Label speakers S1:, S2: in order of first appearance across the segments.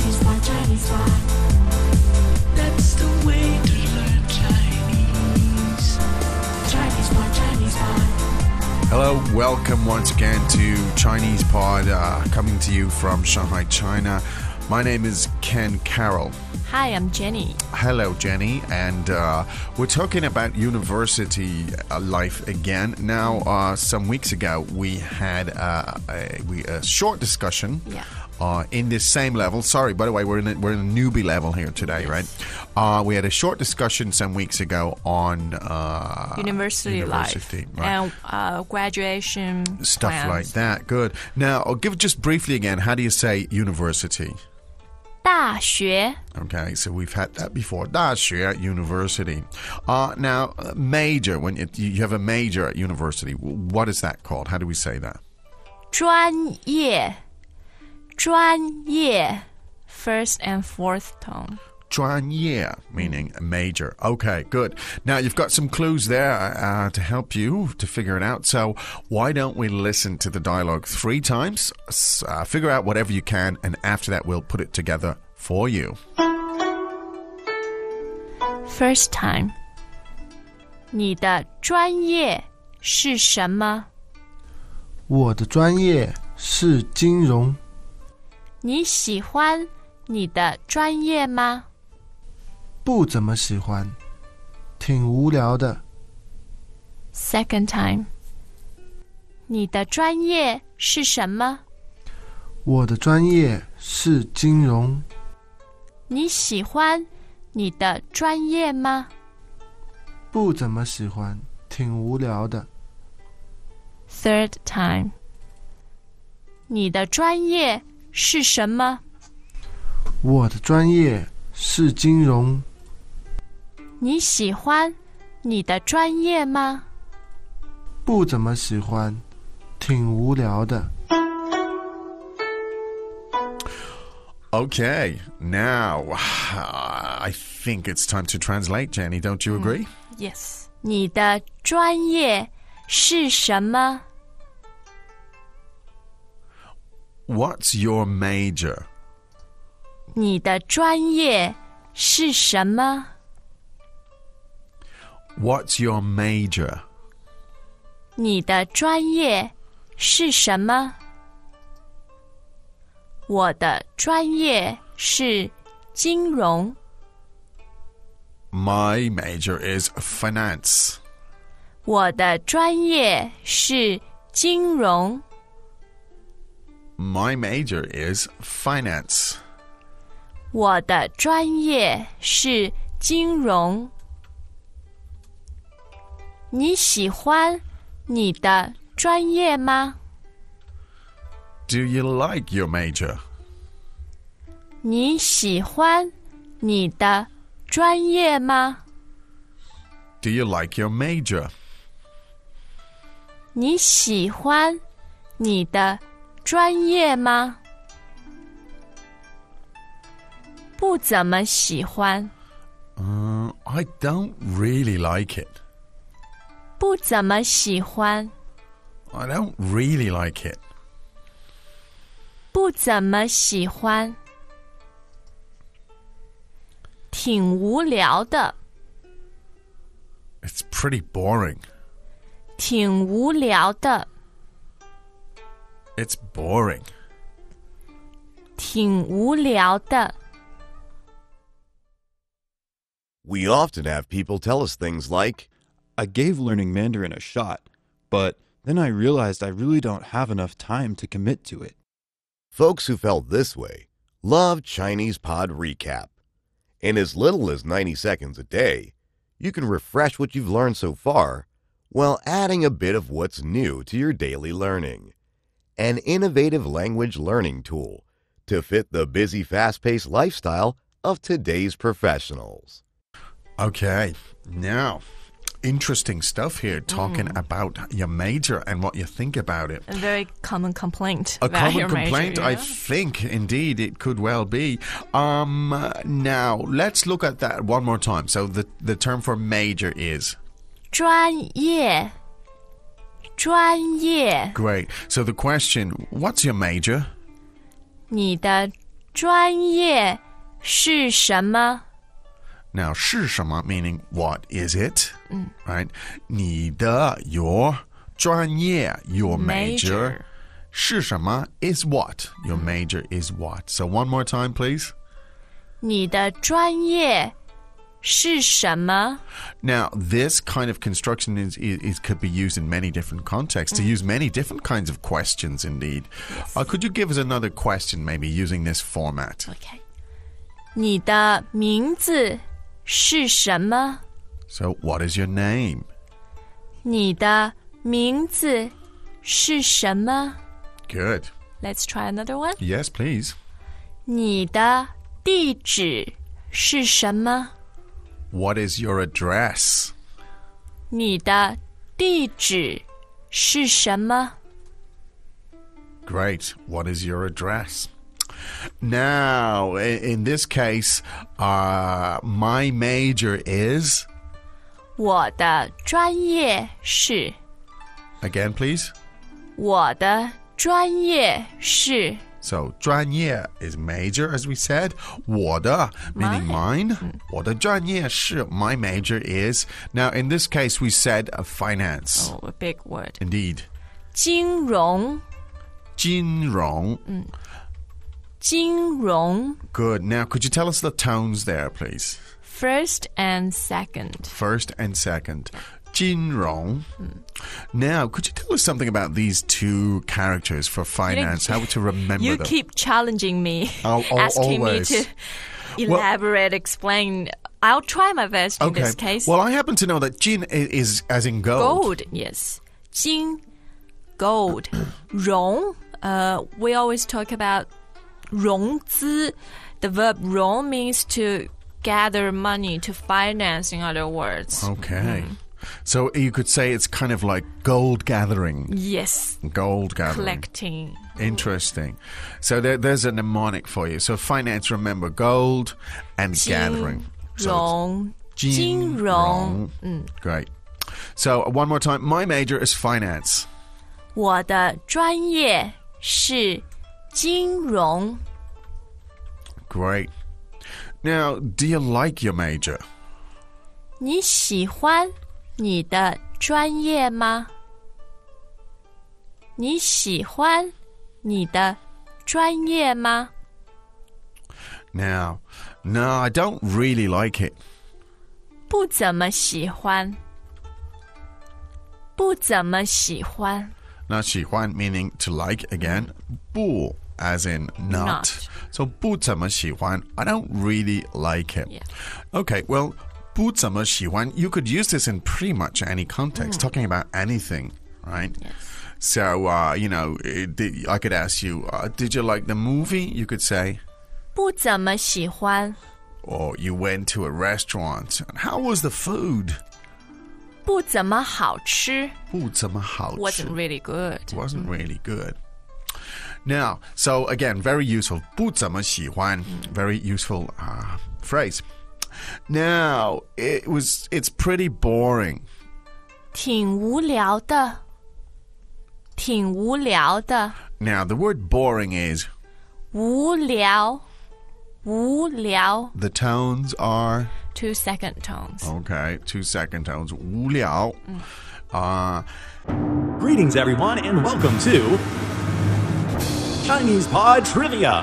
S1: Chinese life. That's the way to learn Chinese. Chinese by Chinese by.
S2: Hello, welcome once again to Chinese Pod, uh, coming to you from Shanghai, China. My name is Ken Carroll.
S3: Hi, I'm Jenny.
S2: Hello, Jenny, and uh, we're talking about university uh, life again. Now, uh, some weeks ago, we had uh, a, we, a short discussion
S3: Yeah.
S2: uh, in this same level. Sorry, by the way, we're in a, we're in a newbie level here today, right? Uh, we had a short discussion some weeks ago on uh,
S3: University,
S2: university,
S3: life
S2: right.
S3: and uh, graduation
S2: stuff
S3: plans.
S2: like that. Good. Now, I'll give just briefly again. How do you say university?
S3: 大学
S2: Okay, so we've had that before. 大学 university. Uh, now, uh, major. When it, you have a major at university, w- what is that called? How do we say that?
S3: 专业专业 first and fourth tone.
S2: 专业 meaning major. Okay, good. Now you've got some clues there uh, to help you to figure it out. So why don't we listen to the dialogue three times? s- Uh, figure out whatever you can, and after that we'll put it together for you.
S3: First time. 你的专业是什么？
S4: 我的专业是金融，
S3: 你喜欢你的专业吗？
S4: 不怎么喜欢，挺无聊的。
S3: Second time. 你的专业是什么？
S4: 我的专业是金融，
S3: 你喜欢你的专业吗
S4: 不怎么喜欢，挺无聊的。
S3: ？Third time. 你的专业是什么？
S4: 我的专业是金融，
S3: 你喜欢你的专业吗
S4: 不怎么喜欢，挺无聊的。
S2: Okay, now I think it's time to translate, Jenny. Don't you agree?
S3: ？Yes. 你的专业是什么？
S2: What's your major?
S3: 你的专业是什么？
S2: What's your major?
S3: 你的专业是什么？我的专业是金融，
S2: My major is finance.
S3: 我的专业是金融，
S2: My major is finance.
S3: 我的专业是金融。你喜欢你的专业吗？
S2: Do you like your major?
S3: 你喜欢你的专业吗？
S2: Do you like your major?
S3: 你喜欢你的专业吗？不怎么喜欢，
S2: Uh, I don't really like it.
S3: 不怎么喜欢，
S2: I don't really like it.
S3: 不怎么喜欢，挺无聊的，
S2: It's pretty boring.
S3: 挺无聊的，
S2: It's boring.
S3: 挺无聊的。
S5: We often have people tell us things like,
S6: I gave learning Mandarin a shot, but then I realized I really don't have enough time to commit to it.
S5: folks who felt this way love Chinese Pod Recap. In as little as 90 seconds a day, you can refresh what you've learned so far while adding a bit of what's new to your daily learning. An innovative language learning tool to fit the busy, fast paced lifestyle of today's professionals.
S2: Okay, now interesting stuff here talking about your major and what you think about it.
S3: A very common complaint.
S2: A common complaint, I think, indeed, it could well be. Um, now let's look at that one more time. So the the term for major is
S3: 专业，专业。
S2: great. So the question, what's your major?
S3: 你的专业是什么？
S2: Now, 是什么 meaning what is it? Right? 你的 your 专业 your major,
S3: Major.
S2: 是什么 is what? Your major is what? So one more time, please.
S3: 你的专业是什么？
S2: Now, this kind of construction is, is, is could be used in many different contexts to use many different kinds of questions. Indeed, uh, could you give us another question, maybe using this format?
S3: OK，你的名字是什么？
S2: So, what is your name?
S3: 你的名字是什么
S2: Good.
S3: ？Let's try another one。
S2: Yes, please.
S3: 你的地址是什么？
S2: What is your address?
S3: 你的地址是什么？
S2: Great. What is your address? Now, i- in this case, uh, my major is.
S3: 我的专业是，
S2: Again, please.
S3: 我的专业是
S2: So, 专业 is major, as we said. 我的 meaning mine. 我的专业是 my major is. Now, in this case, we said uh, finance.
S3: Oh, a big word，
S2: Indeed.
S3: 金融，
S2: 金融.
S3: Mm. 金融
S2: Good. Now, could you tell us the tones there, please?
S3: first and second。
S2: first and second. Jin Rong.
S3: Mm.
S2: Now, could you tell us something about these two characters for finance? How to remember
S3: You
S2: them?
S3: keep challenging me,
S2: I'll- I'll-
S3: asking
S2: always.
S3: me to elaborate, explain. I'll try my best in
S2: okay.
S3: this case.
S2: Well, I happen to know that Jin is, is as in gold.
S3: gold, yes. 金, gold. 融, uh, we always talk about 融资. The verb 融 means to gather money, to finance, in other words.
S2: Oh. Okay. So you could say it's kind of like gold gathering.
S3: Yes,
S2: Gold gathering.
S3: collecting.
S2: Interesting. So there, there's a mnemonic for you. So finance, remember gold and gathering. So
S3: 融,
S2: it's Hmm.
S3: 金融.
S2: Great. So one more time. My major is finance.
S3: 我的专业是金融。
S2: Great. Now, do you like your major?
S3: 你喜欢你的专业吗？你喜欢你的专业吗？
S2: Now, no, I don't really like it.
S3: 不怎么喜欢，不怎么喜欢。
S2: Now, 喜欢 meaning to like again. 不 as in not.
S3: Not.
S2: So 不怎么喜欢, I don't really like it.
S3: Yeah.
S2: Okay, well, 不怎么喜欢, you could use this in pretty much any context,
S3: Hmm.
S2: talking about anything, right? So, uh, you know, it, did- I could ask you, uh, did you like the movie? You could say,
S3: 不怎么喜欢，
S2: or you went to a restaurant. And how was the food?
S3: 不怎么好吃。
S2: 不怎么好吃。
S3: Wasn't really good.
S2: wasn't really good. Now, so again, very useful. 不怎么喜欢,
S3: Mm.
S2: very useful uh, phrase. Now, it was it's pretty boring.
S3: 挺无聊的，挺无聊的，
S2: Now, the word boring is
S3: 无聊，无聊。
S2: the tones are
S3: Two second tones.
S2: okay, two second tones. 无聊.
S3: Mm.
S2: Uh,
S7: Greetings, everyone, and welcome to Chinese Pod Trivia.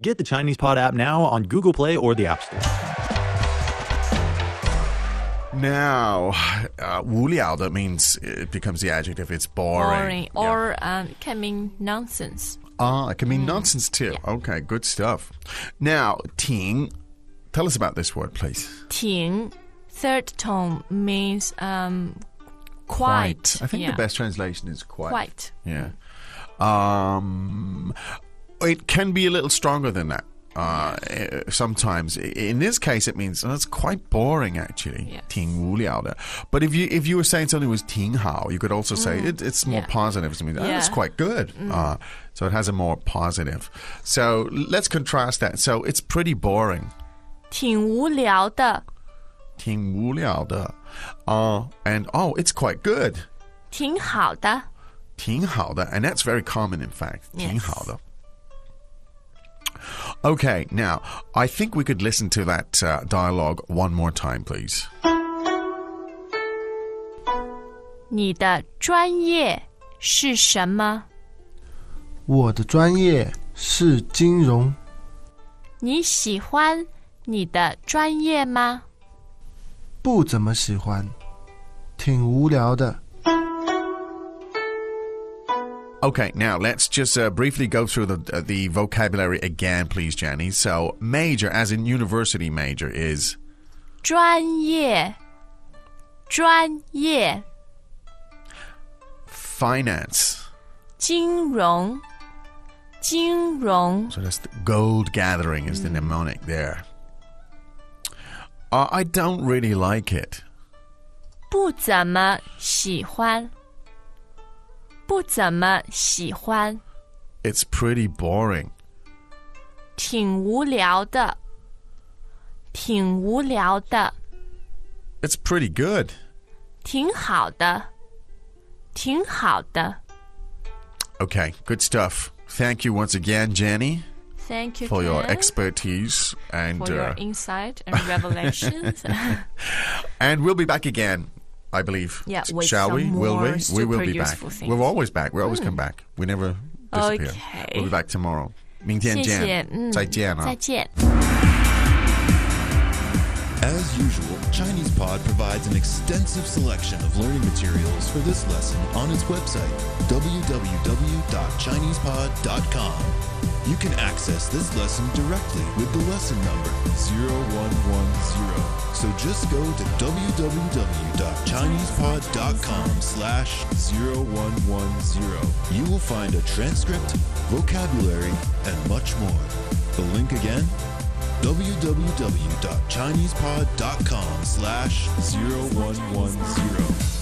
S7: Get the Chinese Pod app now on Google Play or the App Store.
S2: now, uh, 无聊, that means it becomes the adjective. It's boring.
S3: boring or mm. um, it can mean nonsense.
S2: Ah, it can mean nonsense too. Okay, good stuff. Now, ting, tell us about this word, please.
S3: 挺 third tone means um, quite.
S2: I think
S3: yeah,
S2: the best translation is quite.
S3: Quite.
S2: Yeah. Um, it can be a little stronger than that. Uh, eh, sometimes I- in this case it means that's quite boring actually.
S3: Yes.
S2: 挺无聊的. But if you if you were saying something was 挺好, you could also say it, it's more
S3: Mm. Yeah.
S2: positive. It's mean, that's
S3: Yeah. Mm.
S2: quite good. Uh, so it has a more positive. So let's contrast that. So it's pretty boring.
S3: 挺无聊的，
S2: 挺无聊的. Uh, and oh, it's quite good.
S3: 挺好的。
S2: 挺好的. And that's very common, in fact.
S3: Yes.
S2: 挺好的. Okay, now I think we could listen to that uh, dialogue one more time, please.
S3: 你的专业是什么？
S4: 我的专业是金融，
S3: 你喜欢你的专业吗？
S4: 不怎么喜欢，挺无聊的。
S2: Okay, now let's just uh, briefly go through the uh, the vocabulary again, please, Jenny. So, major, as in university major, is
S3: 专业，专业，
S2: finance.
S3: 金融，金融，
S2: So that's the gold gathering is the mnemonic there. Uh, I don't really like it.
S3: 不怎么喜欢，不怎么喜欢，
S2: It's pretty boring.
S3: 挺无聊的，挺无聊的，
S2: It's pretty good.
S3: 挺好的，挺好的。
S2: Okay, good stuff. Thank you once again, Jenny,
S3: Thank you
S2: for your
S3: Ken,
S2: expertise and
S3: for your
S2: uh,
S3: insight and revelations.
S2: and we'll be back again, I believe.
S3: Yeah,
S2: S-
S3: with
S2: shall we?
S3: some
S2: Will
S3: more
S2: we? We will
S3: super
S2: be back.
S3: useful things. Hmm.
S2: We're always back. We always come back. We never disappear.
S3: Okay. Hmm.
S2: We'll be back tomorrow.
S3: 谢谢，嗯，
S2: 明天见，再见啊。
S3: 再见。
S6: As usual, ChinesePod provides an extensive selection of learning materials for this lesson on its website, www.chinesepod.com. You can access this lesson directly with the lesson number 0110. So just go to www.chinesepod.com slash 0110. You will find a transcript, vocabulary, and much more. The link again? www.chinesepod.com slash 0110.